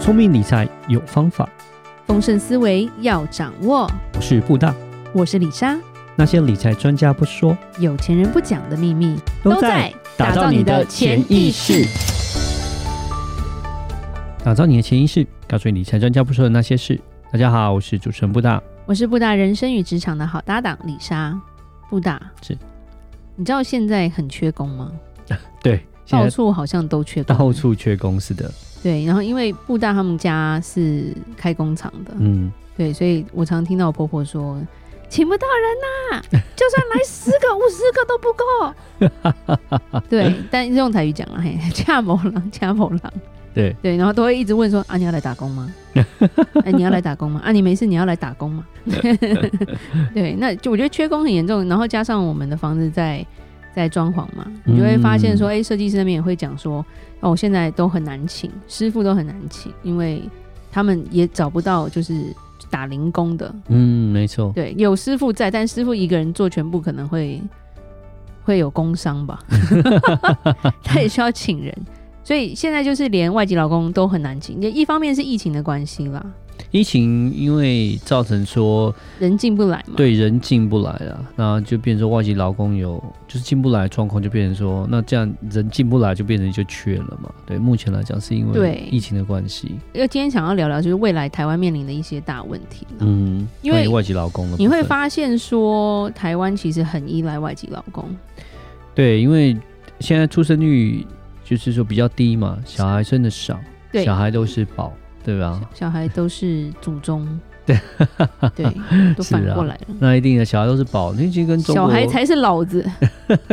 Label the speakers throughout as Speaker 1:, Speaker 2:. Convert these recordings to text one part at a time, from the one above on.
Speaker 1: 聪明理财有方法，
Speaker 2: 丰盛思维要掌握。
Speaker 1: 我是布大。
Speaker 2: 我是李莎，
Speaker 1: 那些理财专家不说，
Speaker 2: 有钱人不讲的秘密
Speaker 1: 打造你的潜意识。，打造你的潜意识，告诉你理财专家不说的那些事。大家好，我是主持人布大。
Speaker 2: 我是布达人生与职场的好搭档李莎。布达
Speaker 1: 是，
Speaker 2: 你知道现在很缺工吗？
Speaker 1: 对，现
Speaker 2: 到
Speaker 1: 在
Speaker 2: 处好像都缺工，
Speaker 1: 到处缺公司的，
Speaker 2: 对。然后因为布达他们家是开工厂的，
Speaker 1: 嗯，
Speaker 2: 对，所以我常听到我婆婆说。请不到人 呐、就算来十个、五十个都不够。 对，但是用台语讲了，嘿， 恰某狼，恰某狼。
Speaker 1: 对，
Speaker 2: 对，然后都会一直问说啊，你要来打工吗？哎、你要来打工吗？啊，你没事，你要来打工吗？对，那就我觉得缺工很严重，然后加上我们的房子在在装潢嘛，你就会发现说，哎、设计师那边也会讲说，哦，现在都很难请，师傅都很难请，因为他们也找不到就是打零工的，
Speaker 1: 嗯，没错，
Speaker 2: 对，有师傅在，但师傅一个人做全部可能会会有工伤 吧，他也需要请人，所以现在就是连外籍劳工都很难请，也一方面是疫情的关系啦，
Speaker 1: 疫情因为造成说
Speaker 2: 人进不来嘛，
Speaker 1: 对人进不来了，那就变成说外籍劳工有就是进不来的状况，就变成说那这样人进不来就变成就缺了嘛。对，目前来讲是因为
Speaker 2: 对
Speaker 1: 疫情的关系，
Speaker 2: 因为今天想要聊聊就是未来台湾面临的一些大问题啦。
Speaker 1: 嗯，
Speaker 2: 因为
Speaker 1: 关于外籍劳工的部分
Speaker 2: 你会发现说，台湾其实很依赖外籍劳工，
Speaker 1: 对，因为现在出生率就是说比较低嘛，小孩生的少，
Speaker 2: 对
Speaker 1: 小孩都是宝，对吧？
Speaker 2: 小孩都是祖宗，
Speaker 1: 对
Speaker 2: 对，都 反
Speaker 1: 是啊
Speaker 2: 过来了，
Speaker 1: 那一定的，小孩都是宝，那就跟中国
Speaker 2: 小孩才是老子，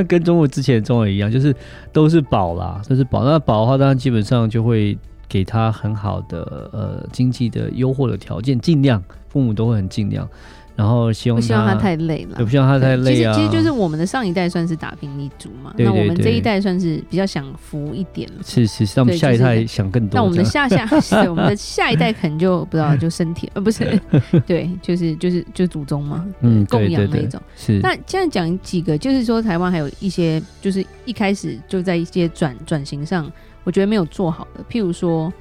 Speaker 1: 跟中国之前的中国一样，就是都是宝啦，都是宝。那宝的话，当然基本上就会给他很好的呃经济的优渥的条件，尽量父母都会很尽量，然后希望
Speaker 2: 不
Speaker 1: 他
Speaker 2: 希望他太累了
Speaker 1: 啊对，。不希望他太累啊。
Speaker 2: 其实其实就是我们的上一代算是打拼一族嘛，
Speaker 1: 对对
Speaker 2: 那我们这
Speaker 1: 对
Speaker 2: 一代算是比较享福一点了。
Speaker 1: 是是是，那我们
Speaker 2: 对
Speaker 1: 下一
Speaker 2: 就是
Speaker 1: 代想更多。
Speaker 2: 那我们的
Speaker 1: 这样
Speaker 2: 下下 对我们的下一代可能就不知道，就身体呃 不是，对，就是就是就是祖宗嘛，
Speaker 1: 嗯
Speaker 2: 供
Speaker 1: 对
Speaker 2: 养
Speaker 1: 对
Speaker 2: 那
Speaker 1: 对
Speaker 2: 种。
Speaker 1: 是
Speaker 2: 那现在讲几个，就是说台湾还有一些，就是一开始就在一些转转型上，我觉得没有做好的。譬如说，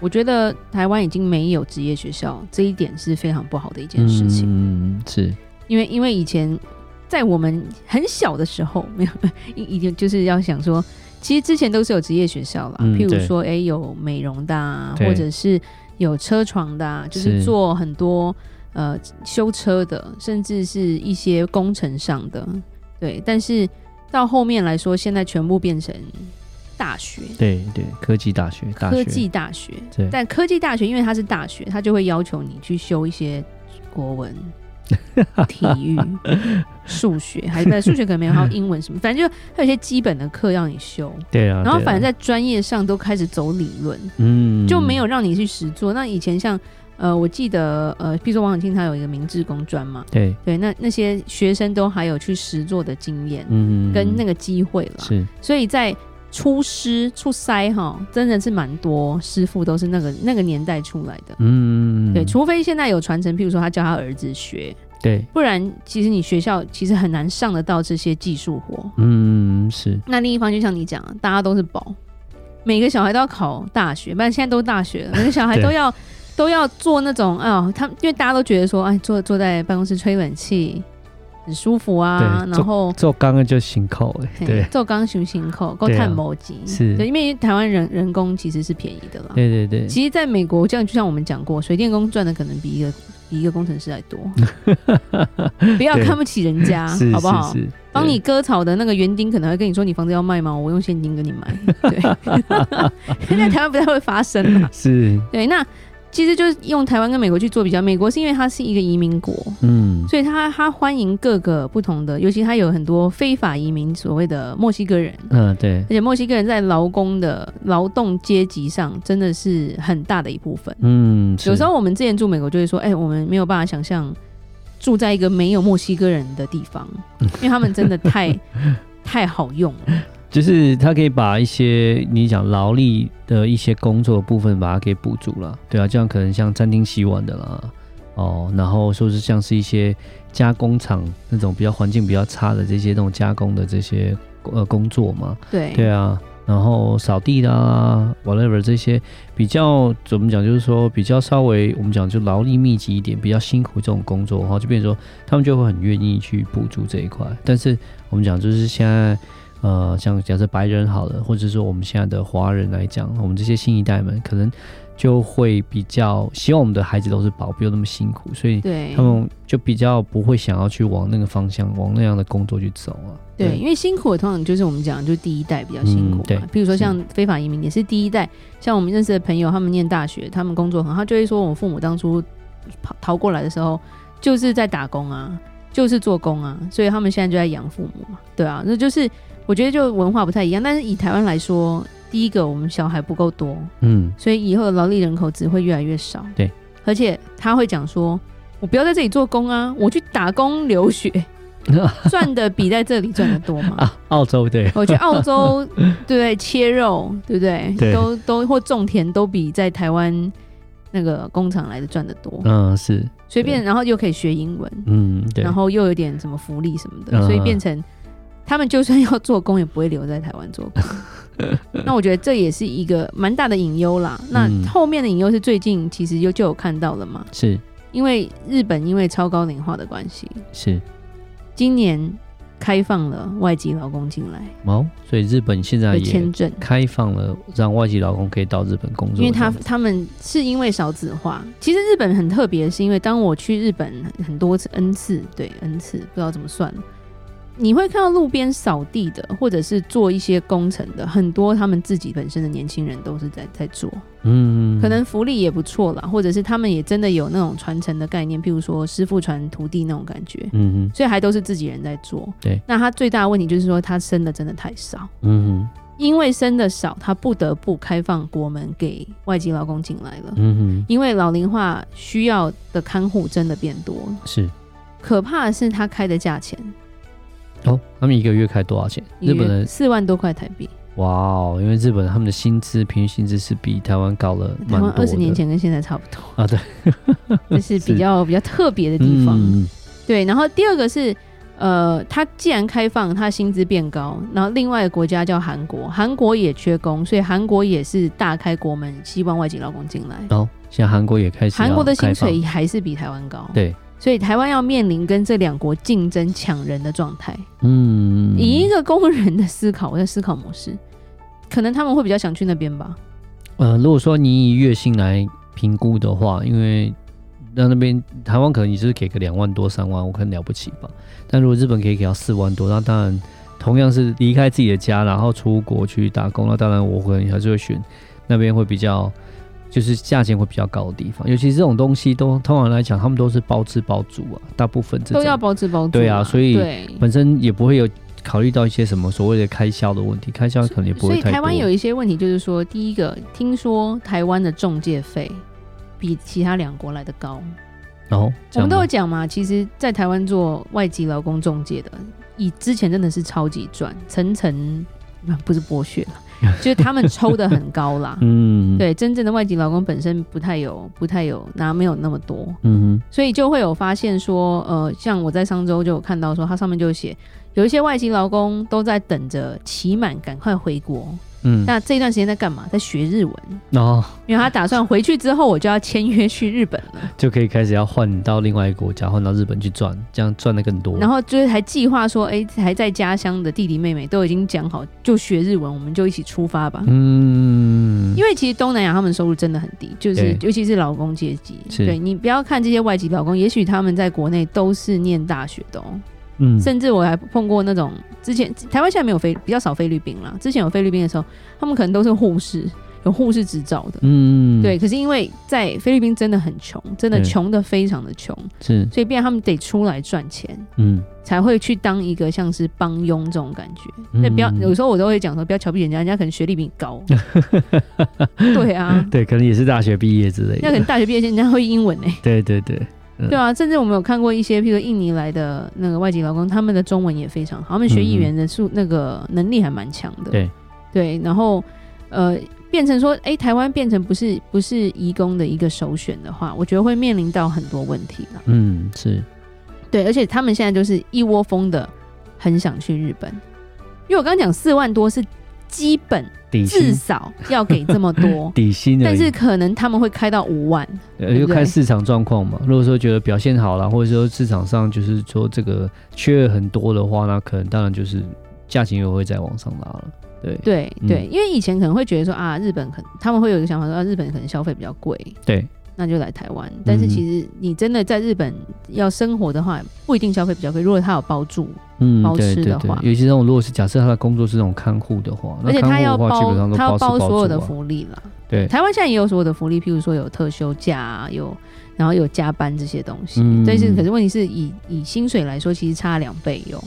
Speaker 2: 我觉得台湾已经没有职业学校，这一点是非常不好的一件事情。
Speaker 1: 嗯是
Speaker 2: 因为因为以前在我们很小的时候，没有 一一定就是要想说，其实之前都是有职业学校啦，
Speaker 1: 嗯
Speaker 2: 譬如
Speaker 1: 对
Speaker 2: 说，哎、有美容的、啊，
Speaker 1: 对
Speaker 2: 或者是有车床的、啊，就是
Speaker 1: 是
Speaker 2: 做很多呃修车的，甚至是一些工程上的，对。但是到后面来说，现在全部变成大学。
Speaker 1: 对对科技大学大学
Speaker 2: 科技大学，
Speaker 1: 对
Speaker 2: 但科技大学因为它是大学，它就会要求你去修一些国文、 体育、数学，还呃有数学可能没有，还有英文 什么，反正就它有些基本的课让你修。
Speaker 1: 对啊，
Speaker 2: 然后
Speaker 1: 对啊
Speaker 2: 反正在专业上都开始走理论，
Speaker 1: 嗯
Speaker 2: 就没有让你去实做。那以前像呃，我记得呃，譬如说王永庆他有一个明治工专嘛，
Speaker 1: 对
Speaker 2: 对，那那些学生都还有去实做的经验
Speaker 1: 嗯
Speaker 2: 跟那
Speaker 1: 个
Speaker 2: 个机会啦。
Speaker 1: 是嗯
Speaker 2: 所以在出师出塞哈，真的是蛮多师傅都是那个那个年代出来的。
Speaker 1: 嗯
Speaker 2: 对，除非现在有传承，譬如说他教他儿子学，
Speaker 1: 对嗯
Speaker 2: 不然其实你学校其实很难上得到这些技术活。
Speaker 1: 嗯是
Speaker 2: 那另一方面就像你讲，大家都是宝，每个小孩都要考大学，不然现在都大学了，每个小 孩
Speaker 1: 对
Speaker 2: 都要都要做那种啊、他们因为大家都觉得说，哎，坐坐在办公室吹冷气很舒服啊，
Speaker 1: 对
Speaker 2: 然后
Speaker 1: 做刚刚就辛苦哎，
Speaker 2: 嘿
Speaker 1: 对，
Speaker 2: 做刚雄心口够
Speaker 1: 对啊
Speaker 2: 探谋级，
Speaker 1: 是
Speaker 2: 对，因为台湾人人工其实是便宜的啦。
Speaker 1: 对对对，
Speaker 2: 其实，在美国，这样就像我们讲过，水电工赚的可能比一个比一个工程师还 多。不要看不起人家
Speaker 1: 是，
Speaker 2: 啊好不好？
Speaker 1: 是是
Speaker 2: 帮你割草的那个园丁可能会跟你说：“你房子要卖吗？我用现金跟 你买。” 对，在台湾不太会发 生啦。
Speaker 1: 是
Speaker 2: 对，那其实就是用台湾跟美国去做比较。美国是因为它是一个移民国，
Speaker 1: 嗯
Speaker 2: 所以他他欢迎各个不同的，尤其他有很多非法移民，所谓的墨西哥人，
Speaker 1: 嗯对
Speaker 2: 而且墨西哥人在劳工的劳动阶级上真的是很大的一部分。
Speaker 1: 嗯，是
Speaker 2: 有时候我们之前住美国就会说，哎、我们没有办法想象住在一个没有墨西哥人的地方，因为他们真 的太太好用了。
Speaker 1: 就是他可以把一些你讲劳力的一些工作的部分把它给补足了，对啊，这样可能像餐厅洗碗的啦。哦，然后说是像是一些加工厂那种比较环境比较差的这些那种加工的这些呃工作嘛，
Speaker 2: 对，
Speaker 1: 对啊，然后扫地啦，whatever 这些比较怎么讲，就是说比较稍微我们讲就劳力密集一点，比较辛苦这种工作的话，就变成说他们就会很愿意去补助这一块。但是我们讲就是现在。呃，像假设白人好了，或者说我们现在的华人来讲，我们这些新一代们可能就会比较希望我们的孩子都是保，不用那么辛苦，所以
Speaker 2: 对
Speaker 1: 他们就比较不会想要去往那个方向，往那样的工作去走啊。
Speaker 2: 对，因为辛苦的通常就是我们讲，就第一代比较辛苦嘛。
Speaker 1: 嗯对
Speaker 2: 比如说像非法移民也是第一代，像我们认识的朋友，他们念大学，他们工作很好，他就会说，我父母当初跑逃过来的时候，就是在打工啊，就是做工啊，所以他们现在就在养父母嘛。对啊，那就是我觉得就文化不太一样，但是以台湾来说，第一个我们小孩不够多，
Speaker 1: 嗯，
Speaker 2: 所以以后的劳力人口只会越来越少。
Speaker 1: 对，
Speaker 2: 而且他会讲说，我不要在这里做工啊，我去打工留学， 赚的比在这里赚的多嘛。
Speaker 1: 啊，澳洲对，
Speaker 2: 我去澳洲，对不对？切肉，对不对？
Speaker 1: 对
Speaker 2: 都都或种田都比在台湾那个工厂来的赚的多，
Speaker 1: 嗯是，
Speaker 2: 随便，然后又可以学英文，
Speaker 1: 嗯对
Speaker 2: 然，后又有点什么福利什么的，
Speaker 1: 嗯
Speaker 2: 所以变成他们就算要做工，也不会留在台湾 做工。那我觉得这也是一个蛮大的隐忧啦。那
Speaker 1: 嗯
Speaker 2: 后面的隐忧是最近其实就就有看到了嘛，
Speaker 1: 是
Speaker 2: 因为日本因为超高龄化的关系，
Speaker 1: 是
Speaker 2: 今年开放了外籍劳工进来
Speaker 1: 哦，所以日本现在
Speaker 2: 的
Speaker 1: 也
Speaker 2: 签证。
Speaker 1: 开放了，让外籍劳工可以到日本工作这
Speaker 2: 因为
Speaker 1: 样子，
Speaker 2: 他他们是因为少子化，其实日本很特别，是因为当我去日本很多次 n 次，对 n 次不知道怎么算了，你会看到路边扫地的，或者是做一些工程的，很多他们自己本身的年轻人都是在在做，
Speaker 1: 嗯
Speaker 2: 可能福利也不错啦，或者是他们也真的有那种传承的概念，譬如说师傅传徒弟那种感觉，
Speaker 1: 嗯
Speaker 2: 所以还都是自己人在做。
Speaker 1: 对，
Speaker 2: 那他最大的问题就是说他生的真的太少。
Speaker 1: 哼嗯
Speaker 2: 因为生的少，他不得不开放国门给外籍劳工进来了
Speaker 1: 哼。嗯
Speaker 2: 因为老龄化需要的看护真的变多，
Speaker 1: 哼是。
Speaker 2: 可怕的是他开的价钱，
Speaker 1: 哦，他们一个月开多少钱？日本人
Speaker 2: 四万多块台币，
Speaker 1: 哇哦，因为日本他们的薪资平均薪资是比台湾高了
Speaker 2: 台
Speaker 1: 蛮
Speaker 2: 湾
Speaker 1: 多的。
Speaker 2: 二十年前跟现在差不多，
Speaker 1: 啊，对，
Speaker 2: 这是比较比较特别的地
Speaker 1: 嗯
Speaker 2: 方。
Speaker 1: 嗯
Speaker 2: 对，然后第二个是，呃，他既然开放，他薪资变高，然后另外一个国家叫韩国，韩国也缺工，所以韩国也是大开国门，希望外籍劳工进来。
Speaker 1: 然后现在韩国也开始要
Speaker 2: 韩国的薪
Speaker 1: 呃开放
Speaker 2: 水还是比台湾高，
Speaker 1: 对，
Speaker 2: 所以台湾要面临跟这两国竞争抢人的状态。
Speaker 1: 嗯，
Speaker 2: 以一个工人的思考，我在思考模式，可能他们会比较想去那边吧。
Speaker 1: 呃，如果说你以月薪来评估的话，因为那那边台湾可能你就是给个两万多、三万，我看了不起吧。但如果日本可以给到四万多，那当然同样是离开自己的家，然后出国去打工，那当然我可能还是会选那边会比较。就是价钱会比较高的地方，尤其是这种东西都通常来讲，他们都是包吃包住啊，大部分这种
Speaker 2: 都要包吃包住、
Speaker 1: 对啊所以
Speaker 2: 对，
Speaker 1: 本身也不会有考虑到一些什么所谓的开销的问题，开销可能也不
Speaker 2: 所
Speaker 1: 会
Speaker 2: 以
Speaker 1: 太多。
Speaker 2: 台湾有一些问题，就是说，第一个，听说台湾的中介费比其他两国来的高。
Speaker 1: 然后。
Speaker 2: 我们都有讲嘛，其实，在台湾做外籍劳工中介的，以之前真的是超级赚，层层啊不是剥削啦，就是他们抽的很高啦
Speaker 1: 嗯，，
Speaker 2: 对，真正的外籍劳工本身不太有，不太有拿没有那么多。
Speaker 1: 嗯
Speaker 2: 所以就会有发现说，呃，像我在上周就有看到说，它上面就写有一些外籍劳工都在等着期满赶快回国，
Speaker 1: 哼嗯，
Speaker 2: 那这一段时间在干嘛？在学日文，
Speaker 1: 然后
Speaker 2: 因为他打算回去之后我就要签约去日本了，
Speaker 1: 就可以开始要换到另外一个国家，换到日本去赚，这样赚的更多。
Speaker 2: 然后就是还计划说，哎、还在家乡的弟弟妹妹都已经讲好，就学日文，我们就一起出发吧。
Speaker 1: 嗯，
Speaker 2: 因为其实东南亚他们收入真的很低，就是
Speaker 1: 对
Speaker 2: 尤其是劳工阶级。
Speaker 1: 是
Speaker 2: 对你不要看这些外籍劳工，也许他们在国内都是念大学的哦、
Speaker 1: 嗯
Speaker 2: 甚至我还碰过那种之前台湾现在没有菲比较少菲律宾啦，之前有菲律宾的时候，他们可能都是护士，有护士执照的。
Speaker 1: 嗯，
Speaker 2: 对，可是因为在菲律宾真的很穷，真的
Speaker 1: 嗯
Speaker 2: 穷的非常的穷，
Speaker 1: 是
Speaker 2: 所以变成他们得出来赚钱，
Speaker 1: 嗯
Speaker 2: 才会去当一个像是帮佣这种感觉。
Speaker 1: 嗯
Speaker 2: 那不要有时候我都会讲说，不要瞧不起人家，人家可能学历比你 高。对啊，
Speaker 1: 对，可能也是大学毕业之类
Speaker 2: 那可
Speaker 1: 的。
Speaker 2: 能大学毕业前人家会英文呢、欸
Speaker 1: 对对对，
Speaker 2: 对啊，甚至我们有看过一些，譬如印尼来的那个外籍劳工，他们的中文也非常好，他们学语言的速、那个能力还蛮强的。
Speaker 1: 对
Speaker 2: 对，然后呃，变成说，哎、台湾变成不是不是移工的一个首选的话，我觉得会面临到很多问题了。
Speaker 1: 嗯是，
Speaker 2: 对，而且他们现在就是一窝蜂的很想去日本，因为我刚刚讲四万多是基本
Speaker 1: 底
Speaker 2: 至
Speaker 1: 薪
Speaker 2: 少要给这么
Speaker 1: ，
Speaker 2: 多
Speaker 1: 底薪而
Speaker 2: 但
Speaker 1: 已，
Speaker 2: 是可能他们会开到五万，
Speaker 1: 呃，
Speaker 2: 对
Speaker 1: 就
Speaker 2: 不
Speaker 1: 看
Speaker 2: 对
Speaker 1: 市场状况嘛。如果说觉得表现好了，或者说市场上就是说这个缺很多的话，那可能当然就是价钱又会再往上拉了。对
Speaker 2: 对
Speaker 1: 嗯
Speaker 2: 对，因为以前可能会觉得说啊，日本可能他们会有一个想法说啊，日本可能消费比较贵，
Speaker 1: 对，
Speaker 2: 那就来台湾。
Speaker 1: 嗯
Speaker 2: 但是其实你真的在日本要生活的话，不一定消费比较贵。如果他有包住，
Speaker 1: 嗯，
Speaker 2: 包
Speaker 1: 对
Speaker 2: 吃
Speaker 1: 对
Speaker 2: 的
Speaker 1: 对
Speaker 2: 话，
Speaker 1: 尤其是那种如果是假设他的工作是那种看护的话，那
Speaker 2: 而且
Speaker 1: 看
Speaker 2: 他
Speaker 1: 护
Speaker 2: 要
Speaker 1: 的话基本上都
Speaker 2: 他要
Speaker 1: 包吃包
Speaker 2: 所有的
Speaker 1: 住啊
Speaker 2: 福利啦。
Speaker 1: 对
Speaker 2: 台湾现在也有所有的福利，譬如说有特休假、啊，有然后有加班这些东西。
Speaker 1: 嗯
Speaker 2: 但是可是问题是以以薪水来说，其实差两倍哟。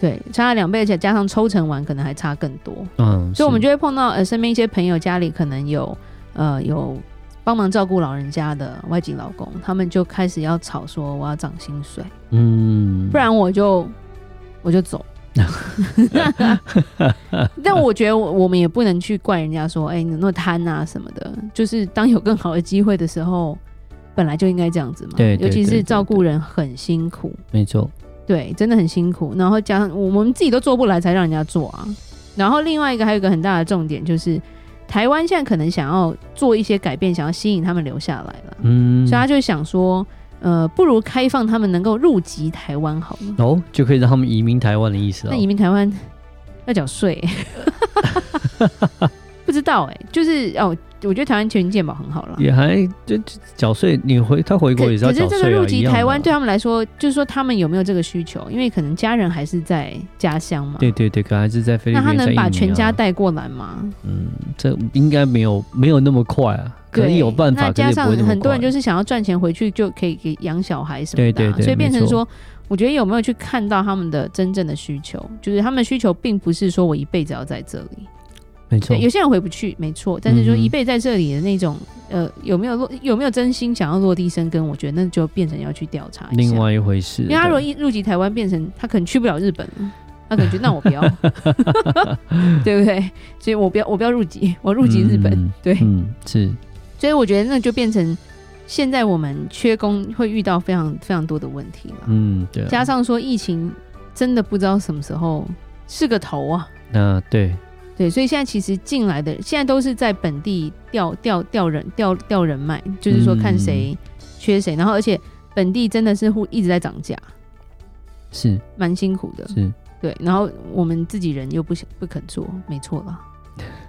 Speaker 2: 对，差了两倍，而且加上抽成完，可能还差更多。
Speaker 1: 嗯，
Speaker 2: 所以我们
Speaker 1: 就
Speaker 2: 就会碰到呃身边一些朋友家里可能有呃有帮忙照顾老人家的外籍老公，他们就开始要吵说我要涨薪水，
Speaker 1: 嗯，
Speaker 2: 不然我就我 就走。但我觉得我我们也不能去怪人家说，哎、你那么贪啊什么的。就是当有更好的机会的时候，本来就应该这样子嘛。
Speaker 1: 对对
Speaker 2: 尤其
Speaker 1: 对
Speaker 2: 是
Speaker 1: 对
Speaker 2: 照顾人很辛苦，
Speaker 1: 没错，
Speaker 2: 对，真的很辛苦。然后加上我们自己都做不来，才让人家做啊。然后另外一个还有一个很大的重点就是，台湾现在可能想要做一些改变，想要吸引他们留下来了，
Speaker 1: 嗯，
Speaker 2: 所以他就想说，呃，不如开放他们能够入籍台湾好了。
Speaker 1: 哦，就可以让他们移民台湾的意思
Speaker 2: 那
Speaker 1: 啊、
Speaker 2: 移民台湾要缴税、 不知道哎、就是哦，我觉得台湾全健保很好啦。
Speaker 1: 也还就就缴税，你回他回国
Speaker 2: 可
Speaker 1: 也是要
Speaker 2: 可是
Speaker 1: 缴
Speaker 2: 这个
Speaker 1: 税啊，
Speaker 2: 入
Speaker 1: 一
Speaker 2: 籍
Speaker 1: 样的
Speaker 2: 台湾
Speaker 1: 啊
Speaker 2: 对他们来说，就是说他们有没有这个需求？因为可能家人还是在家乡嘛。
Speaker 1: 对对对，可能还是在菲律
Speaker 2: 那
Speaker 1: 宾，
Speaker 2: 他能把全家
Speaker 1: 带。
Speaker 2: 带过来吗？
Speaker 1: 嗯，这应该没有没有那么快啊，可能
Speaker 2: 对
Speaker 1: 有办
Speaker 2: 那
Speaker 1: 法，可是
Speaker 2: 加
Speaker 1: 也不
Speaker 2: 上
Speaker 1: 会那么快。
Speaker 2: 很多人就是想要赚钱回去就可以给养小孩什么的
Speaker 1: 对
Speaker 2: 啊、
Speaker 1: 对对
Speaker 2: 所以变
Speaker 1: 没
Speaker 2: 成
Speaker 1: 错
Speaker 2: 说，我觉得有没有去看到他们的真正的需求？就是他们的需求并不是说我一辈子要在这里，
Speaker 1: 没错
Speaker 2: 对，，有些人回不去，没错，但是就
Speaker 1: 嗯哼
Speaker 2: 一辈子在这里的那种，呃，有没有落有没有真心想要落地生根？我觉得那就变成要去调查一下。
Speaker 1: 另，外一回事。
Speaker 2: 因为他如果
Speaker 1: 对
Speaker 2: 一入籍台湾，变成他可能去不了日本了。他可能觉得那我不要， 对不对？所以我不要，我不要入籍，我入籍日本。
Speaker 1: 嗯
Speaker 2: 对，
Speaker 1: 嗯是，
Speaker 2: 所以我觉得那就变成现在我们缺工会遇到非常非常多的问题了。
Speaker 1: 嗯对啊，
Speaker 2: 加上说疫情真的不知道什么时候是个头啊，
Speaker 1: 那对
Speaker 2: 对，所以现在其实进来的现在都是在本地调调调人调调人脉，就是说看谁
Speaker 1: 嗯
Speaker 2: 缺谁，然后而且本地真的是互一直在涨价，
Speaker 1: 是
Speaker 2: 蛮辛苦的。
Speaker 1: 是，
Speaker 2: 对，然后我们自己人又不想不肯做，没错啦，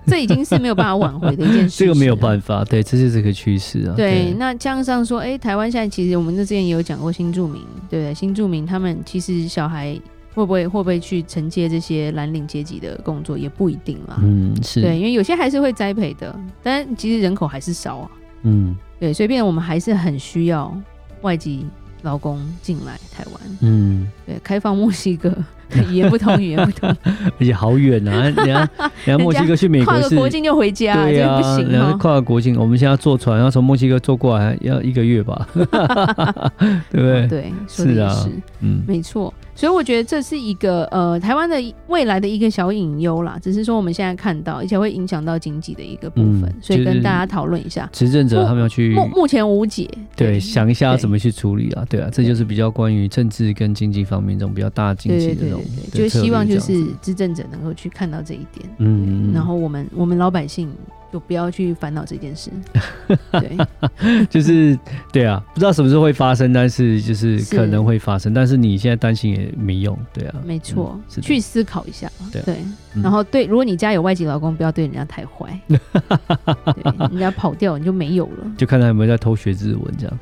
Speaker 2: 这已经是没有办法挽回的一件事情。
Speaker 1: 这个没有
Speaker 2: 法。
Speaker 1: 办法，对，这是这个趋势啊。
Speaker 2: 啊对，那加上说，哎、台湾现在其实我们之前也有讲过新住民，对不对？新住民他们其实小孩会不会会不会去承接这些蓝领阶级的工作，也不一定啦。
Speaker 1: 嗯是，
Speaker 2: 对，因为有些还是会栽培的，但其实人口还是少啊。
Speaker 1: 嗯
Speaker 2: 对，所以变得我们还是很需要外籍劳工进来台湾。
Speaker 1: 嗯，
Speaker 2: 对，开放墨西哥， 语言不通，语言不通，
Speaker 1: 而且好远啊，人 家人家墨西哥去 美
Speaker 2: 跨
Speaker 1: 国
Speaker 2: 个
Speaker 1: 是。
Speaker 2: 国境就回家，
Speaker 1: 对
Speaker 2: 这
Speaker 1: 啊，
Speaker 2: 不行哦
Speaker 1: 然
Speaker 2: 哈、
Speaker 1: 后跨国境，我们现在坐船要从墨西哥坐过来要一个月 吧，对不对？
Speaker 2: 哦对，说的
Speaker 1: 是
Speaker 2: 也
Speaker 1: 啊
Speaker 2: 是。
Speaker 1: 嗯，
Speaker 2: 没错，所以我觉得这是一个呃台湾的未来的一个小隐忧啦，只是说我们现在看到，而且会影响到经济的一个部分，
Speaker 1: 嗯
Speaker 2: 所以
Speaker 1: 就
Speaker 2: 跟
Speaker 1: 是
Speaker 2: 大家讨论一下。
Speaker 1: 执政者他们要去
Speaker 2: 目目前无解，
Speaker 1: 对，想一下要
Speaker 2: 对
Speaker 1: 怎么去处理啊？对啊，这就是比较关于政治跟经济方面这种比较大的经
Speaker 2: 对
Speaker 1: 济
Speaker 2: 对
Speaker 1: 的
Speaker 2: 对
Speaker 1: 这种
Speaker 2: 对对，
Speaker 1: 对
Speaker 2: 就
Speaker 1: 策略
Speaker 2: 希望就
Speaker 1: 这样
Speaker 2: 是
Speaker 1: 子
Speaker 2: 执政者能够去看到这一点，
Speaker 1: 嗯，
Speaker 2: 然后我们我们老百姓就不要去烦恼这 件事，对，
Speaker 1: 就是对啊，不知道什么时候会发生，但是就是
Speaker 2: 是
Speaker 1: 可能会发生，但是你现在担心也没用，对啊，
Speaker 2: 没错
Speaker 1: 嗯是，的
Speaker 2: 去思考一下，
Speaker 1: 对啊
Speaker 2: 对
Speaker 1: 嗯，
Speaker 2: 然后对，如果你家有外籍老公，不要对人家太 坏，对，人家跑掉你就没有了。
Speaker 1: 就看他有没有在偷学日文 这样。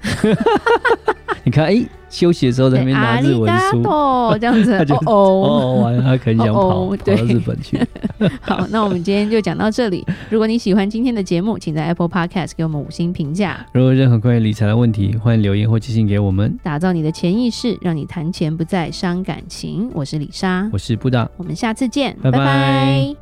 Speaker 1: 你看，哎，休息的时候在那边
Speaker 2: 哎
Speaker 1: 拿日文书，哦
Speaker 2: 哦，这样 子
Speaker 1: 他就
Speaker 2: 哦哦。
Speaker 1: 哦，完了，他可能想跑
Speaker 2: 哦
Speaker 1: 跑
Speaker 2: 哦
Speaker 1: 到
Speaker 2: 对
Speaker 1: 日本去。
Speaker 2: 好，那我们今天就讲到这里。如果你喜欢今天的节目，请在 Apple Podcast 给我们五星评价，
Speaker 1: 如果有任何关于理财的问题，欢迎留言或寄信给我们。
Speaker 2: 打造你的潜意识，让你谈钱不再伤感情。我是李莎，
Speaker 1: 我是布达，
Speaker 2: 我们下次见，
Speaker 1: 拜拜
Speaker 2: 拜拜